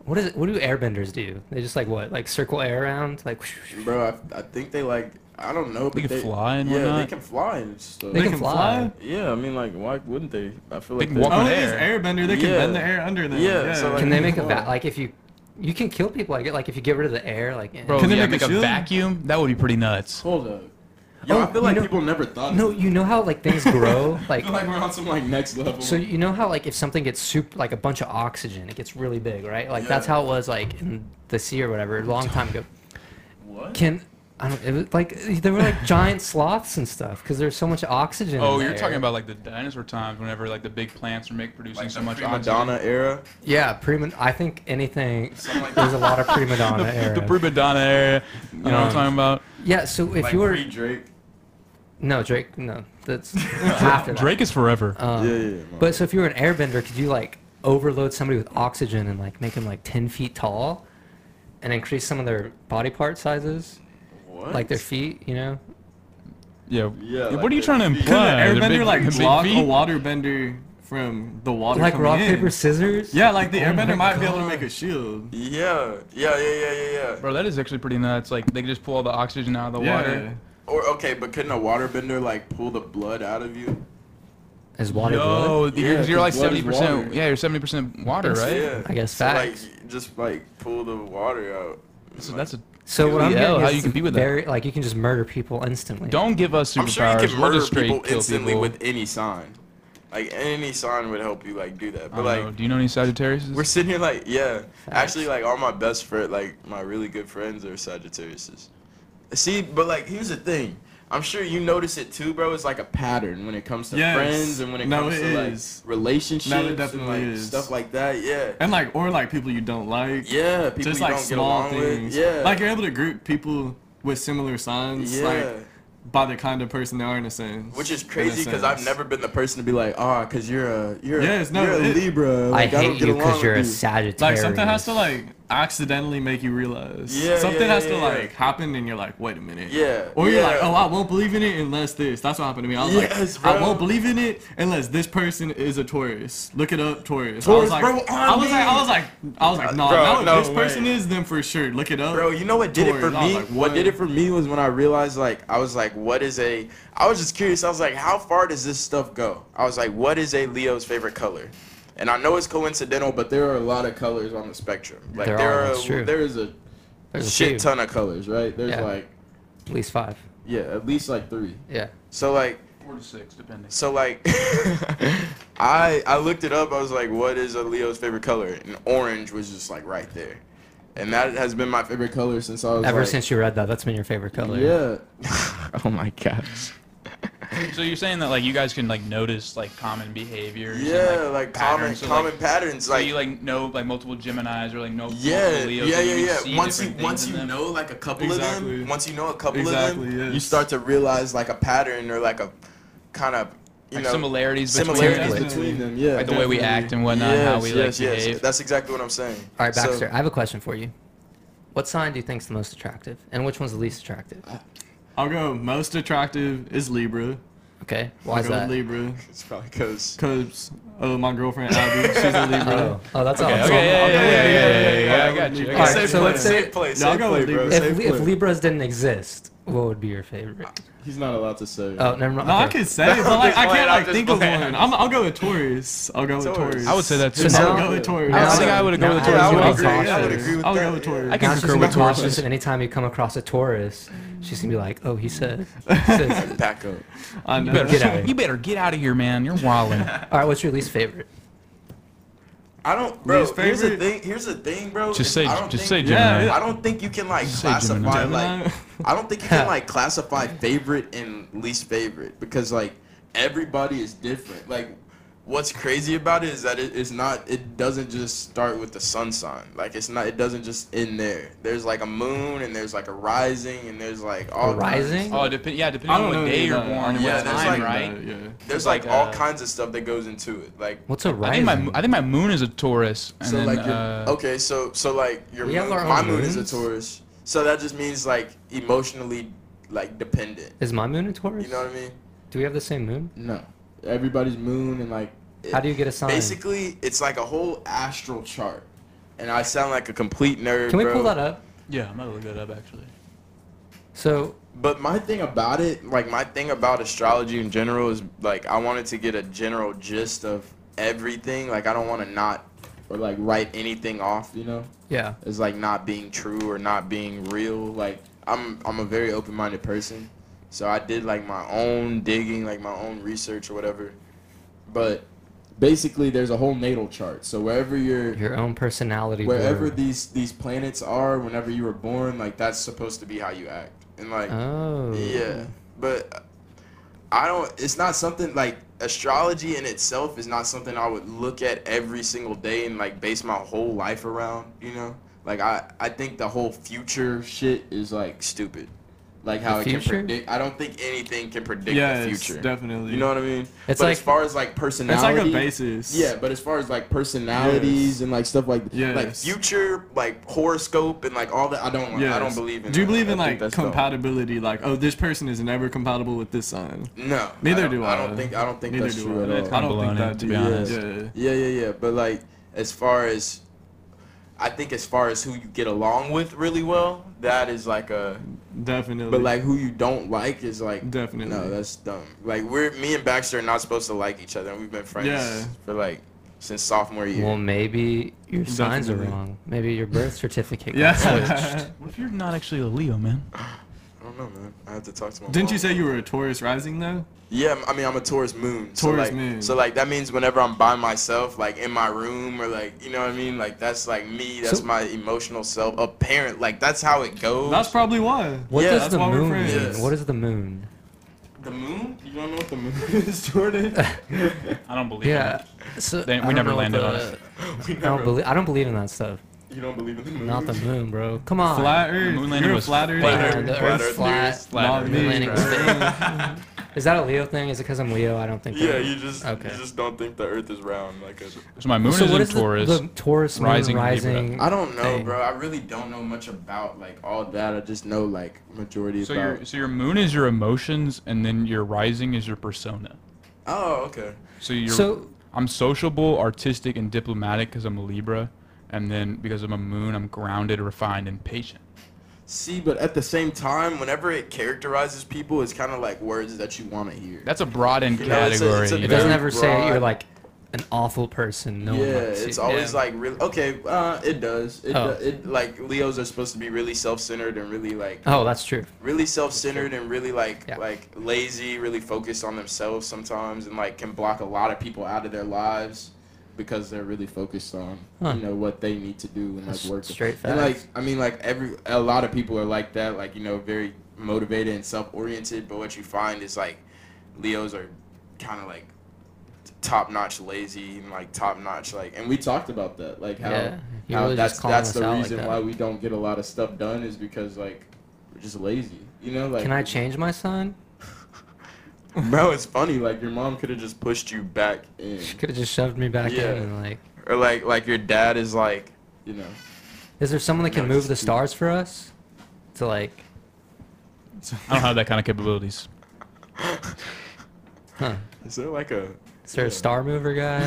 what is it? What do airbenders do? They just like what, like circle air around, like. bro. I, I think they like I don't know, but can they fly and yeah, they whatnot. can fly and stuff. They can fly. yeah, I mean like why wouldn't they? I feel They like can they- walk Oh, on it air. is airbender. They can Yeah. bend the air under them. Yeah, Yeah. so, like- Can they make a Wow. va- like if you, you can kill people like it like if you get rid of the air like. eh. Bro, Can they yeah, make make a a, shield? vacuum? That would be pretty nuts. Oh, Hold up. Yo, Oh, I feel like you know- people never thought. No, of you know how like things grow I like. feel like we're on some like next level. So you know how like if something gets soup like a bunch of oxygen, it gets really big, right? Like that's Yeah. how it was like in the sea or whatever, a long time ago. what? Can I don't it was, like there were like giant sloths and stuff because there's so much oxygen. in Oh, the you're air. talking about like the dinosaur times, whenever like the big plants are make producing like so the much prima oxygen. donna era. yeah, prima. I think anything. Something like There's a lot of prima donna The, era. the prima donna area. You know what I'm Um, talking about? yeah, so if like you were pre Drake. no Drake, no, that's after that. Drake is forever. Um, Yeah, yeah, yeah, no. But so if you were an airbender, could you like overload somebody with oxygen and like make them like ten feet tall, and increase some of their body part sizes, What? like their feet? You know, yeah. yeah, What like are you the- trying to Could an imply? Could uh, an Their airbender big- like big block a feet? waterbender from the water? like coming rock in? paper scissors. Yeah, like the Oh my airbender might be able to God. make a shield. Yeah, yeah, yeah, yeah, yeah, yeah. Bro, that is actually pretty nuts. Like they could just pull all the oxygen out of the water. Or okay, but couldn't a waterbender like pull the blood out of you? Is water Yo, blood? you're, Yeah, you're like 'cause blood is 70 percent. water. Yeah, you're 70 percent water, It's- right? Yeah. I guess so, like facts. just like pull the water out. So Like, that's a. So what I'm Yeah, getting how is you compete with that? very like you can just murder people instantly. Don't give us superpowers. I'm sure you can we'll murder just straight people kill instantly people. with any sign. Like any sign would help you like do that. I But don't like know. do you know any Sagittarius? we're sitting here like yeah. Actually like all my best friend like my really good friends are Sagittariuses. See, but like here's the thing. I'm sure you notice it too, bro. It's like a pattern when it comes to Yes. friends and when it No, comes it to is. like relationships and definitely like is. stuff like that. Yeah. And like, or like people you don't like. Yeah, people Just you like don't get small along with. things. Yeah. Like you're able to group people with similar signs. yeah. Like by the kind of person they are in a sense. which is in a crazy because I've sense. never been the person to be like, ah, because you're a you're a- Yes, no, you're a it- Libra. I Like, don't hate get you along because you're a with you." Sagittarius. Like something has to like accidentally make you realize. Yeah, Something yeah, has yeah, to yeah. like happen and you're like, wait a minute. Yeah, Or you're like, yeah. oh, I won't believe in it unless this. That's what happened to me. I was Yes, like, I bro. won't believe in it unless this person is a Taurus. Look it up, Taurus. I Taurus, was like, bro, I was like, I was like, I was like, no, Bro, now if no this person way. is, then for sure, look it up. Bro, you know what did it for Taurus. I was me? like, what did what? it for me was when I realized, like, I was like, what is a? I was just curious. I was like, how far does this stuff go? I was like, what is a Leo's favorite color? And I know it's coincidental, but there are a lot of colors on the spectrum. Like There there, are, are, that's true. there is a There's a few. shit ton of colors, right? There's Yeah. like At least five. yeah, at least like three. Yeah. So like four to six, depending. So like, I I looked it up. I was like, what is a Leo's favorite color? And orange was just like right there, and that has been my favorite color since I was Ever like- since you read that, that's been your favorite color. Yeah. oh my gosh. So you're saying that like you guys can like notice like common behaviors. and, Yeah, like common patterns, so, common Like, patterns so like. you like know like multiple Geminis or like know yeah, multiple Leos. yeah, and you yeah, can see yeah. Once you different once things in you them? know like a couple of Exactly. them, once you know a couple of Exactly, them, you yes. start to realize like a pattern or like a kind of you like know similarities between similarities them, Definitely. between them. Yeah, like the way we Definitely. act and whatnot, how we like behave. That's exactly what I'm saying. All right, So- Baxter. I have a question for you. What sign do you think's the most attractive, and which one's the least attractive? I'll go. Most attractive is Libra. Okay. Why is Go that? Libra. It's probably because. Cause oh, my girlfriend Abby, she's a Libra. Oh, oh, that's Okay, all. okay, yeah, yeah, yeah, yeah, yeah, yeah, yeah, I I'll got go you. I All with got right, you. Safe so play, let's safe say- play, No, I'll safe go play, with bro. Libra. Safe If, play. if Libras didn't exist, what would be your favorite? He's not allowed to say. Oh, never mind. No, I okay. could say, it, but like I Just play it, can't like just think of play it. one. I'm, I'll go with Taurus. I'll go with Taurus. Taurus. I would say that too. So I now- would go with Taurus. I now- think I would go now with I yeah, I Taurus. would would agree. be I would cautious. agree with I'll that. go with Taurus. I Now can she's concur gonna with be cautious, Taurus. and anytime you come across a Taurus, she's gonna be like, "Oh, he said." he said. Back up. I You know. better, Get out of here. you better get out of here, man. You're wilding. All right, what's your least favorite? I don't, bro. Least Here's the favorite? thing. Here's the thing, bro. Just is say, I don't just say think- Gemini. yeah. I don't think you can like Say Gemini. classify Gemini. like I don't think you can like classify favorite and least favorite because like everybody is different. Like what's crazy about it is that it, it's not it doesn't just start with the sun sign. Like it's not it doesn't just end there. There's like a moon and there's like a rising and there's like all A rising? Oh, depend, yeah, depending I on don't what know day you're either. born and Yeah, what there's time, like- right? Yeah. There's like like, all a- kinds of stuff that goes into it. Like What's a I think rising? my mo- I think my moon is a Taurus. And So then, like oh. your uh, okay, so so like your We have moon, our my own moon is a moons? Taurus. So that just means like emotionally like dependent. Is my moon a Taurus? You know what I mean? Do we have the same moon? No. Everybody's moon and like it- How do you get a sign? Basically, it's like a whole astral chart. And I sound like a complete nerd, Can we bro. pull that up? Yeah, I'm gonna look that up actually. So But my thing about it, like my thing about astrology in general is like I wanted to get a general gist of everything. Like I don't want to not or like write anything off, you know? yeah, as like not being true or not being real. Like I'm I'm a very open minded person. So I did like my own digging, like my own research or whatever. But basically there's a whole natal chart. So wherever you're your own personality. wherever board. these these planets are, whenever you were born, like that's supposed to be how you act. And like Oh. Mm. yeah, but I don't. It's not something like astrology in itself is not something I would look at every single day and like base my whole life around. You know, like I I think the whole future shit is like stupid. Like how The it can future? predict. I don't think anything can predict Yeah, the it's future. definitely. You know what I mean? It's but like- as far as like it's personality, like a basis. yeah, but as far as like personalities and like stuff like Yes. like future, like horoscope and like all that, I don't I don't believe in. Do you that. believe in I think like that's dumb. compatibility? Like, oh, this person is never compatible with this sign. No. Neither I don't, do I don't think I don't think Neither that's do true I. at all. I don't think Baloney, that. to be yeah. honest. Yeah, Yeah. yeah, yeah. But like as far as I think as far as who you get along with really well, that is like a Definitely. but like who you don't like is like Definitely. No, that's dumb. Like we're me and Baxter are not supposed to like each other and we've been friends Yeah. for like since sophomore year. Well, maybe your signs are Definitely. wrong. Maybe your birth certificate. got yeah. switched. What if you're not actually a Leo, man? I don't know, man. I have to talk to my Didn't you mom. say you were a Taurus rising though? Yeah, I mean I'm a Taurus moon. so, Taurus like, moon. So like that means whenever I'm by myself, like in my room or like you know what I mean, like that's like me. That's So- my emotional self. Apparent, like that's how it goes. That's probably why. What Yeah, does that's the why we're moon mean? friends. Yes. What is the moon? the moon. You don't know what the moon is, Jordan. I don't believe Yeah. So They- I we don't never know what landed on the- it. We I don't never, believe. I don't believe in that stuff. you don't believe in the moon. Not the moon, bro. Come on. Flat Earth. moon landing You're a was flat Earth. flat. Yeah, guy. the Flat Earth's Earth flat. theories. Flat Not Earth. me, Landing bro. was Is that a Leo thing? Is it because I'm Leo? I don't think. Yeah, that- you just Okay. you just don't think the Earth is round. Like a. So my moon so is what in is Taurus. the, the Taurus moon rising rising? in Libra. I don't know, thing? bro. I really don't know much about like all that. I just know like majority so about. your so your moon is your emotions, and then your rising is your persona. Oh, okay. So you're So- I'm sociable, artistic, and diplomatic because I'm a Libra, and then because I'm a moon, I'm grounded, refined, and patient. See, but at the same time, whenever it characterizes people, it's kind of like words that you want to hear. That's a broad end You know, it's a- category. it's a you It know? doesn't Very ever say you're broad. like an awful person. No one yeah, likes it's you. always Yeah. like really okay. Uh, it does. It, Oh. do- it like Leos are supposed to be really self-centered and really like Oh, that's true. really self-centered and really like Yeah. like lazy, really focused on themselves sometimes, and like can block a lot of people out of their lives because they're really focused on Huh. you know what they need to do and That's like work. straight And like facts. I mean like every a lot of people are like that, like you know very motivated and self-oriented. But what you find is like Leos are kind of like top notch lazy and like top notch like and we talked about that like how, Yeah, you how really that's just calling that's us the out like reason that. why we don't get a lot of stuff done is because like we're just lazy you know like Can I change my sign? bro it's funny like your mom could have just pushed you back in She could have just shoved me back Yeah. in and like. or like like your dad is like you know Is there someone that can No, move the just- stars for us? To like. I don't have that kind of capabilities. Huh. Is there like a Is there a star mover guy?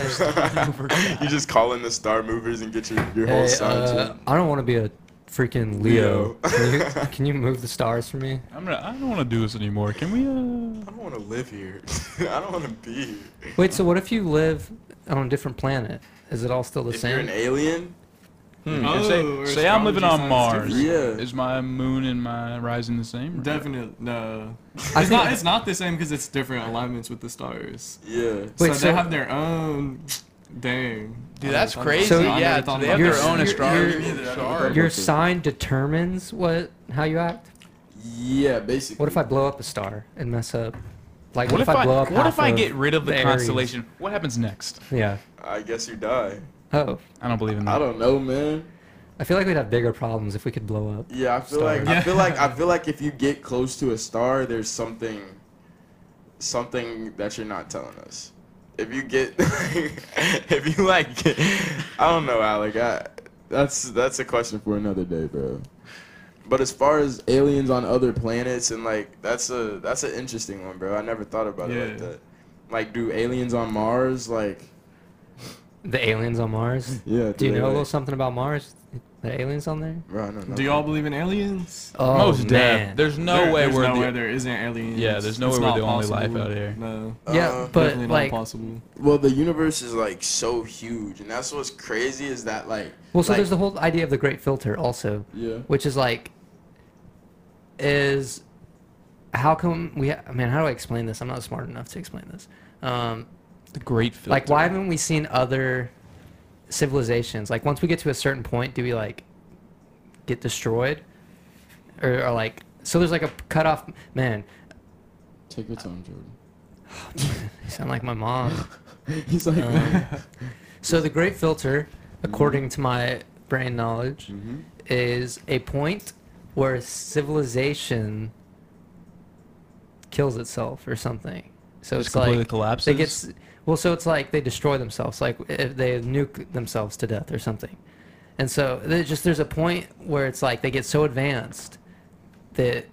you just call in the star movers and get your, your whole Hey, sign uh, I don't want to be a freaking Leo. Leo. Can, you, can you move the stars for me? I'm not, I don't want to do this anymore. Can we? uh, I don't want to live here. I don't want to be here. Wait, so what if you live on a different planet? Is it all still the If you're same? an alien, Uh, Oh, say or say I'm living on astrology Mars. science too. Yeah. Is my moon and my rising the same? or- Definitely no. I It's not. think- It's not the same because it's different alignments with the stars. yeah. Wait, so, so- they have their own. Dang. Dude, that's I never thought crazy. So- about that. I yeah, never thought they about have their that. own You're- astronomy. you're- Sorry. Your sign determines what how you act. Yeah, basically. What if I blow up a star and mess up? Like What if I? blow up? What half if I get rid of the Aries? constellation? What happens next? Yeah. I guess you die. Oh, I don't believe in that. I don't know, man. I feel like we'd have bigger problems if we could blow up. Yeah, I feel Star. like I feel like I feel like if you get close to a star, there's something, something that you're not telling us. If you get, if you like, get- I don't know, Alec. I, that's that's a question for another day, bro. But as far as aliens on other planets and like that's a that's an interesting one, bro. I never thought about it like Yeah. that. Like, do aliens on Mars like? The aliens on Mars. Yeah. Do you they, know a little like- something about Mars? The aliens on there? Bro, I don't know. Do y'all believe in aliens? Oh man. Most dead. There's no There- way there's we're no the. way there isn't aliens. Yeah, there's no It's way we're not the only life possible. out here. No, yeah, Uh, but definitely like, not possible. Well, the universe is like so huge, and that's what's crazy is that like. well, so like- there's the whole idea of the Great Filter also. Yeah. which is like is how come we ha- I mean how do I explain this I'm not smart enough to explain this um, The great filter. like why haven't we seen other civilizations like once we get to a certain point do we like get destroyed or, or like so there's like a cutoff man Take your time, Jordan. you sound like my mom He's like. Um, so the great filter according to my brain knowledge Mm-hmm. is a point where civilization kills itself or something. So Just it's completely like collapses? they get s- well. So it's like they destroy themselves, like if they nuke themselves to death or something. And so they just there's a point where it's like they get so advanced that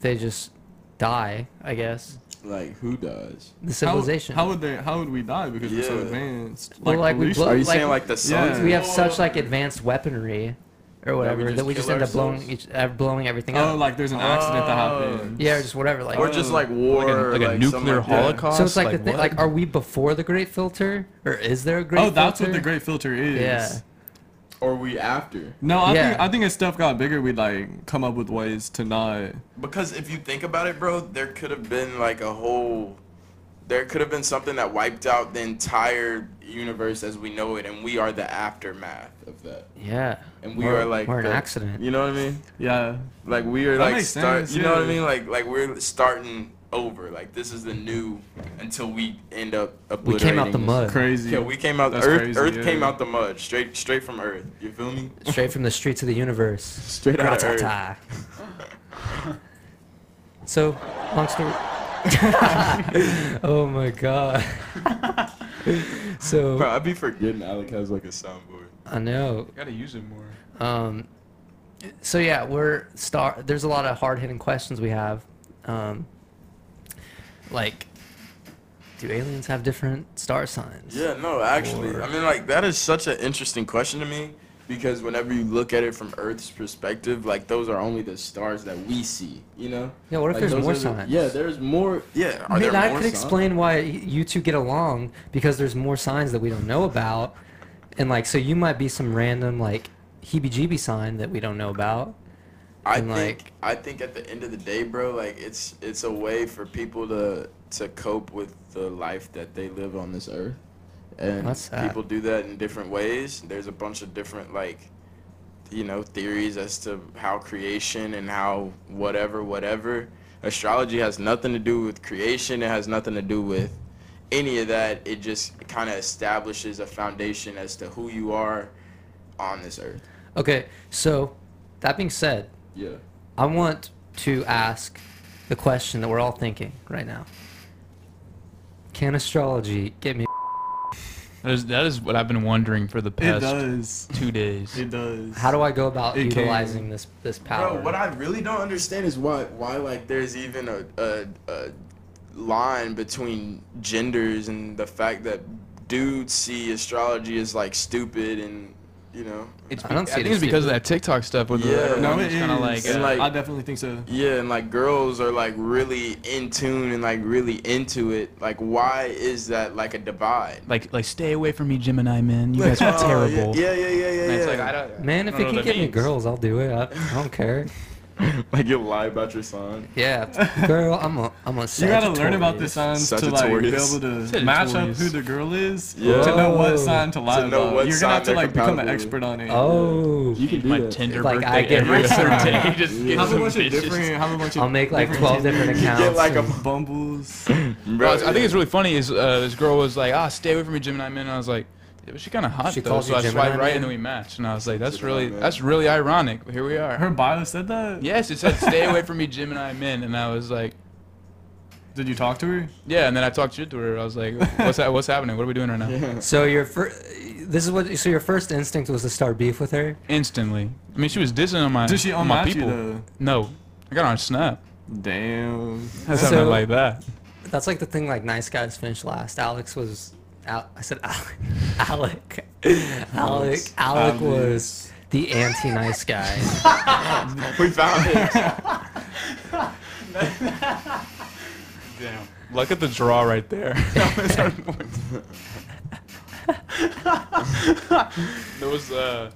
they just die. I guess like who does? the How- civilization. How, would they? How would we die? Because we're so Yeah. advanced. Well, like, we pollution? blow- Are you Like- saying like the sun? Yeah. we have such like advanced weaponry or whatever just that we just, kill end up blowing ourselves? each, uh, blowing everything Oh, up. like there's an accident that Oh. happened. yeah, or just whatever. Like Or just like war, like a, like a something nuclear like that. holocaust? So it's like, the what? thing, like, are we before the Great Filter, or is there a Great Oh, Filter? that's what the great filter is. Yeah. Or we after? No, I Yeah. think I think as stuff got bigger, we'd like come up with ways to not. Because if you think about it, bro, there could have been like a whole. There could have been something that wiped out the entire universe as we know it, and we are the aftermath of that. Yeah. And we We're- are like we're an the- accident. You know what I mean? Yeah. Like we are That like makes start. sense, you know what I yeah. mean? Like like we're starting over. Like this is the new until we end up. We came out the obliterating mud, Crazy. Yeah, we came out. That's Earth, crazy, Earth yeah. came out the mud, straight, straight from Earth. You feel me? straight from the streets of the universe. Straight out of Earth. Ra-ta-ta. so, long story. oh my god. Bro, so I'd be forgetting Alec has like a soundboard. I know. Gotta use it more. Um, so yeah, we're star. There's a lot of hard hitting questions we have, um, like, do aliens have different star signs? Yeah, no, actually, I mean, like that is such an interesting question to me because whenever you look at it from Earth's perspective, like those are only the stars that we see. You know? Yeah, what if Like, there's those more are the- signs? Yeah, there's more. Yeah, are I mean, there that more could signs? explain why y- you two get along because there's more signs that we don't know about, and like, so you might be some random like heebie-jeebie sign that we don't know about. I and, think like- I think at the end of the day, bro, like it's it's a way for people to to cope with the life that they live on this earth, and That's sad. people do that in different ways. There's a bunch of different like, you know, theories as to how creation and how whatever whatever. Astrology has nothing to do with creation. It has nothing to do with any of that. It just kind of establishes a foundation as to who you are on this earth. Okay, so that being said, Yeah. I want to ask the question that we're all thinking right now. Can astrology get me? That is, that is what I've been wondering for the It past does. two days. It does. How do I go about It can. utilizing this this power? Bro, what I really don't understand is why why like there's even a a, a line between genders and the fact that dudes see astrology as like stupid and you know It's I don't see think it it's as because of stupid. that TikTok stuff with Yeah. the No, everyone it was kinda like, And, uh, like- I definitely think so. yeah and like girls are like really in tune and like really into it like why is that like a divide like like stay away from me, Gemini men. You guys Like, are oh, yeah- terrible. yeah yeah yeah yeah, And yeah. it's like I don't. Man, if I don't you know can what that get me means. girls, I'll do it. I, I don't care. Like, you'll lie about your sign Yeah, girl, I'm a I'm a. You gotta learn about uh, the Sagittarius. signs to like be Sagittarius. able to match up who Sagittarius. the girl is Yeah. to know Whoa. what sign to lie To know about. what You're sign gonna have to they're like become an compatible expert on it. Oh, You can do My that. Tinder Like, birthday I get every my- certain day. You just get Have a some bunch of bitches. different. Have a bunch of. I'll make like different twelve Tinder different You get, accounts. like, a and- Bumbles. Well, bro I think it's really funny. Is uh, this girl was like, ah, stay away from me, Gemini men. And I was like, yeah, but she kind of hot She though. calls So you I Gemini swiped right, man? and then we matched. And I was like, that's Gemini really man. that's really ironic. But here we are. Her bio said that. Yes, it said stay away from me, Gemini men. And I was like, Did you talk to her? yeah. And then I talked shit to her. I was like, what's that? What's happening? What are we doing right now? So your first, this is what. So your first instinct was to start beef with her. Instantly. I mean, she was dissing on my Did she on unmatch my you people. though? No, I got on Snap. Damn. That's So- something like that. That's like the thing. Like nice guys finish last. Alex was. Al- I said Alec. Alec. Alec. Alec was the anti-nice guy. we found it Damn. Look at the draw right there. That was our point. there was uh,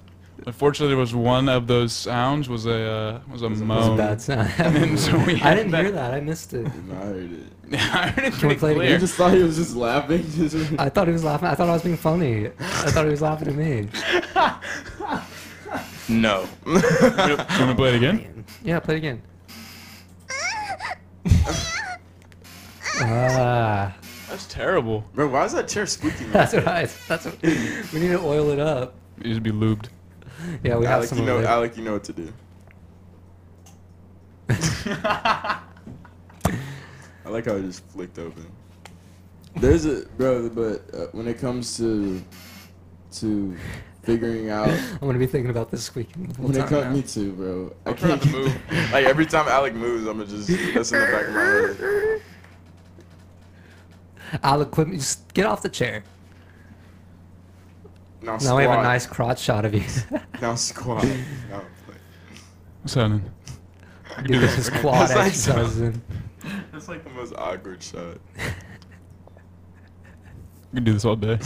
unfortunately there was one of those sounds was a uh, was a It was a moan. bad sound. And so we I had didn't hear that. I missed it. I heard it I heard it Can we pretty play it clear. again? just thought he was just laughing. Just- I thought he was laughing. I thought I was being funny. I thought he was laughing at me. no You want to play it again? Yeah, play it again. ah, That's terrible. bro why is that chair squeaking man? that's what I. That's what, we need to oil it up. It used to be lubed. Yeah, we have Alec, some you know, of it. Alec, you know what to do. I like how it just flicked open. There's a bro, but uh, when it comes to to figuring out I'm gonna be thinking about this squeaking. the whole when it time now. comes me too, bro. I I'm trying can't to move. Like every time Alec moves, I'm gonna just that's in the back of my head. Alec, quit, just get off the chair. Now squat. Now we have a nice crotch shot of you. Now squat. Now play. What's happening? Dude, this is quad That's like exercises. in- That's like the most awkward shot. We can do this all day.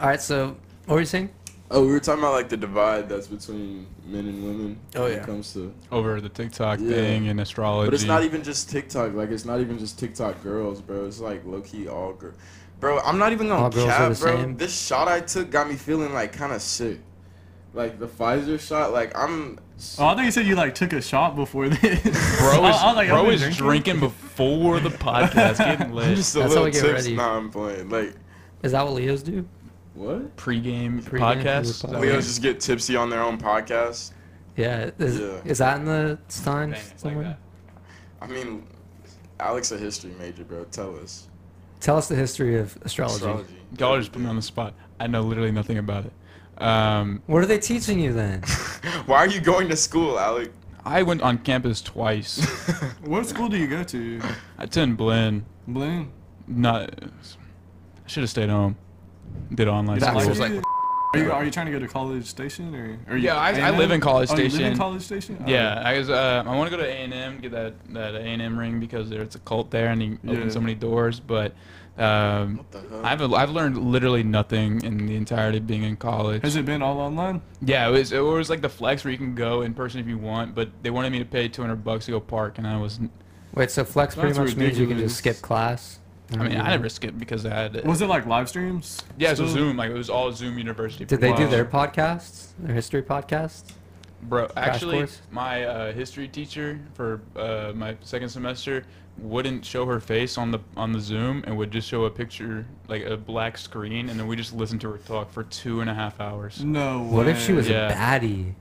All right, so what were you saying? Oh, we were talking about like the divide that's between men and women. Oh, when yeah. It comes to, Over the TikTok Yeah. thing and astrology. but it's not even just TikTok. Like it's not even just TikTok girls, bro. It's like low key all girl. Bro, I'm not even gonna All girls are cap, the bro. same. This shot I took got me feeling like kind of sick. Like the Pfizer shot. Like I'm. Oh, I thought you said you like took a shot before this. Bro I- is, I was like, I've bro been is drinking? before the podcast, getting I'm lit. just a That's how little we get tips. ready. Nah, I'm playing. Like Is that what Leos do? what? Pre-game, Pre-game podcast. for Is that the what Leos it is? just get tipsy on their own podcast. Yeah. Is, Yeah. is that in the Dang, sign it's like uh, somewhere? that. I mean, Alex, a history major, bro. Tell us. Tell us the history of astrology. Y'all just put me on the spot. I know literally nothing about it. Um, What are they teaching you then? Why are you going to school, Alec? I went on campus twice. What school do you go to? I attended Blinn. Bloom. Not. I should have stayed home. Did online That school. was like- Are you, are you trying to go to College Station or? Are you Yeah, I- I A&M? live in College oh, you live in Station. College Station. Oh. yeah, I was. Uh, I want to go to A and M, get that that A and M ring because there's a cult there and you Yeah. open so many doors. But um, What the hell? I've I've learned literally nothing in the entirety of being in college. Has it been all online? Yeah, it was it was like the flex where you can go in person if you want, but they wanted me to pay 200 bucks to go park, and I was. Wait, so flex pretty That's much means you can just ridiculous. skip class. I mean, I never skipped because I had. Was it like live streams? Yeah, it was still? Zoom. Like it was all Zoom University. Did they do Wow. their podcasts, their history podcasts? Bro, actually, course? my uh, history teacher for uh, my second semester wouldn't show her face on the on the Zoom and would just show a picture like a black screen, and then we just listened to her talk for two and a half hours. No way. What if she was Yeah. a baddie?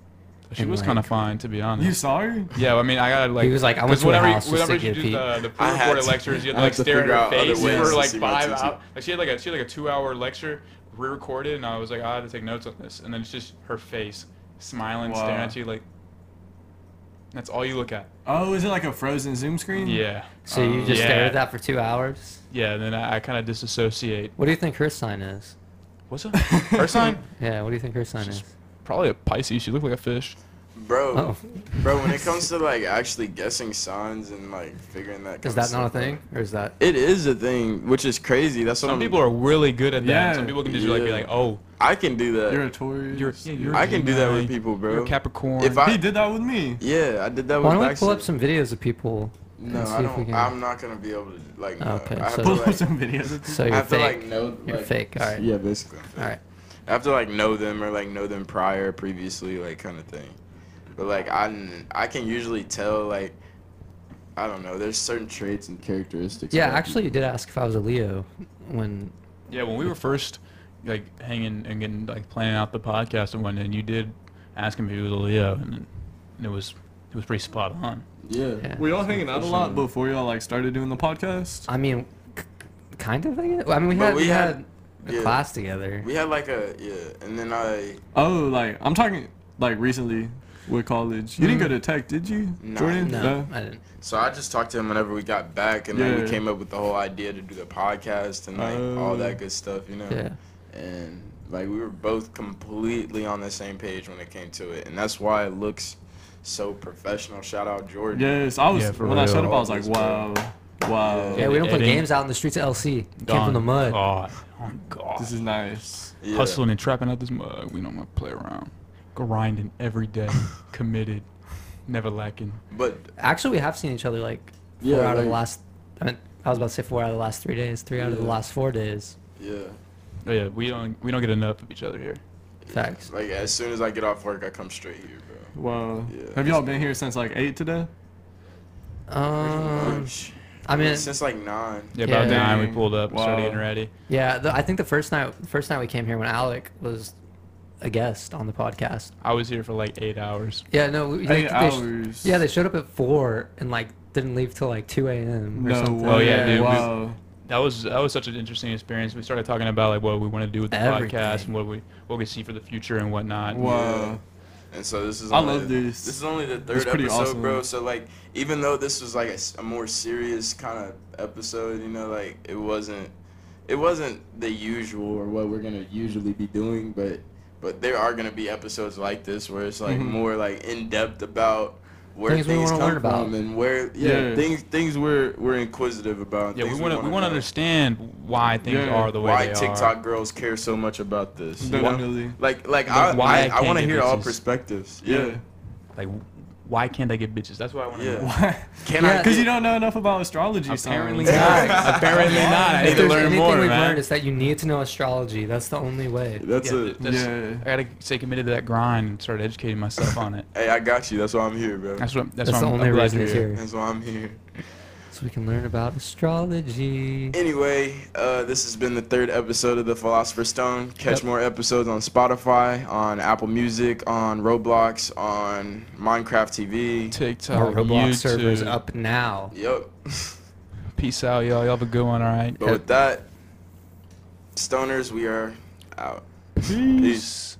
She And, was kind of like- fine, to be honest. You saw her? Yeah, I mean, I gotta like. He was like, I went 'cause to her whenever, you- house just to whenever you get do peed. the, the I had pre-recorded to- lectures, you had I to like had to stare at figure her out other face ways for to like see my five teacher. hours. Like she had like a she had like a two-hour lecture re-recorded, and I was like, "Ah, I had to take notes on this, and then it's just her face smiling, staring Wow. at you like. That's all you look at. Oh, is it like a frozen Zoom Mm. screen? Yeah. So you just yeah. stare at that for two hours. Yeah, and then I, I kind of disassociate. What do you think her sign is? What's up? Her sign? Yeah, what do you think her sign is? Probably a Pisces. She looked like a fish. Bro, Oh, bro, when it comes to like actually guessing signs and like figuring that is kinda that not a stuff out- thing, or is that? It is a thing, which is crazy. That's what Some I'm, people are really good at that. Yeah. Some people can just like be Yeah. like, oh, I can do that. You're a Taurus. you're, yeah, you're a I can do that with Gemini. people, bro. You're a Capricorn. If I- he did that with me. yeah, I did that Why with don't we pull Baxter. up some videos of people? No, and see I if we don't. can- I'm not gonna be able to like. no. Okay, I have so- to Pull up like. some videos. of So I you're have to like fake. know. you're like- fake. All right. Yeah, basically. All right. I have to like know them or like know them prior, previously, like kind of thing. But like I, I can usually tell like, I don't know. There's certain traits. Traits and characteristics. Yeah, about you. actually, you did ask if I was a Leo when yeah, when we were first like hanging and getting like planning out the podcast and whatnot, and you did ask him if he was a Leo, and, then- and it was it was pretty spot on. Yeah. Yeah. Were y'all hanging out a lot before y'all like started doing the podcast? I mean, k- kind of. I guess. I mean, we But had we we had- had a yeah. class together. We had like a yeah, and then I Oh, like I'm talking like recently with college. You didn't go to tech, did you, No. Jordan? no, Mm-hmm. No. I didn't. so I just talked to him whenever we got back, and then Yeah. we came up with the whole idea to do the podcast and like all that good stuff, you know. Yeah. And like we were both completely on the same page when it came to it, and that's why it looks so professional. Shout out Jordan. Yes, I was Yeah, for when I showed real. up. I was like, wow, wow, Yeah, we don't play Editing. games out in the streets of LC. Came Gone. from the mud. God. Oh, God. this is nice. Yeah. Hustling and trapping out this mug. We don't want to play around. Grinding every day. committed. Never lacking. But Actually, we have seen each other like four Yeah, out of the like- last. I mean, I was about to say four out of the last three days. Three out of the Yeah. last four days. Yeah. Oh, yeah, we don't we don't get enough of each other here. Facts. like as soon as I get off work, I come straight here, bro. Wow. Yeah. Have y'all been here since like eight today? Um, Lunch. I mean, since like nine. Yeah, about Yeah. nine we pulled up, Wow. started getting ready. yeah. The, I think the first night, first night we came here when Alec was a guest on the podcast. I was here for like eight hours. Yeah, no. we- Eight they sh- hours. yeah, they showed up at four and like didn't leave till like two a.m. or No something. way. Oh, yeah, dude, we- Wow. That was that was such an interesting experience. We started talking about like what we want to do with the podcast and what we what we see for the future and whatnot. Wow. And so this is. I only love the- this. This is only the is third pretty episode, awesome. bro. So like, even though this was like a, s- a more serious kind of episode, you know, like it wasn't, it wasn't the usual Or or what we're gonna usually be doing, but But there are gonna be episodes like this where it's like Mhm. more like in depth about where Things things, we wanna come learn about. from and where yeah, Yeah. things things we're we're inquisitive about. Yeah, we things want to we want to know. understand why things Yeah. are the way why they TikTok are. girls care so much about this. you know? Definitely. Like like Like, I why I, I can't want to they hear do all this? perspectives. Yeah. Like, why can't they get bitches? That's what I want to Yeah. know. Why? Can Yeah. I? Because you get- don't know enough about astrology. Apparently signs. not. Apparently not. I need If to there's learn anything more, we've man. learned is that you need to know astrology. That's the only way. That's Yeah, it. th- that's- Yeah. I gotta stay committed to that grind and start educating myself on it. Hey, I got you. That's why I'm here, bro. That's what. That's That's, what the I'm, only I'm glad reason you're it's here. here. That's why I'm here. So we can learn about astrology. Anyway, uh, this has been the third episode of the Philosopher's Stone. Catch more episodes on Spotify, on Apple Music, on Roblox, on Minecraft TV. TikTok, Our Roblox YouTube. server's up now. Yup. Peace out, y'all. Y'all have a good one. All right. But with that, stoners, we are out. Peace.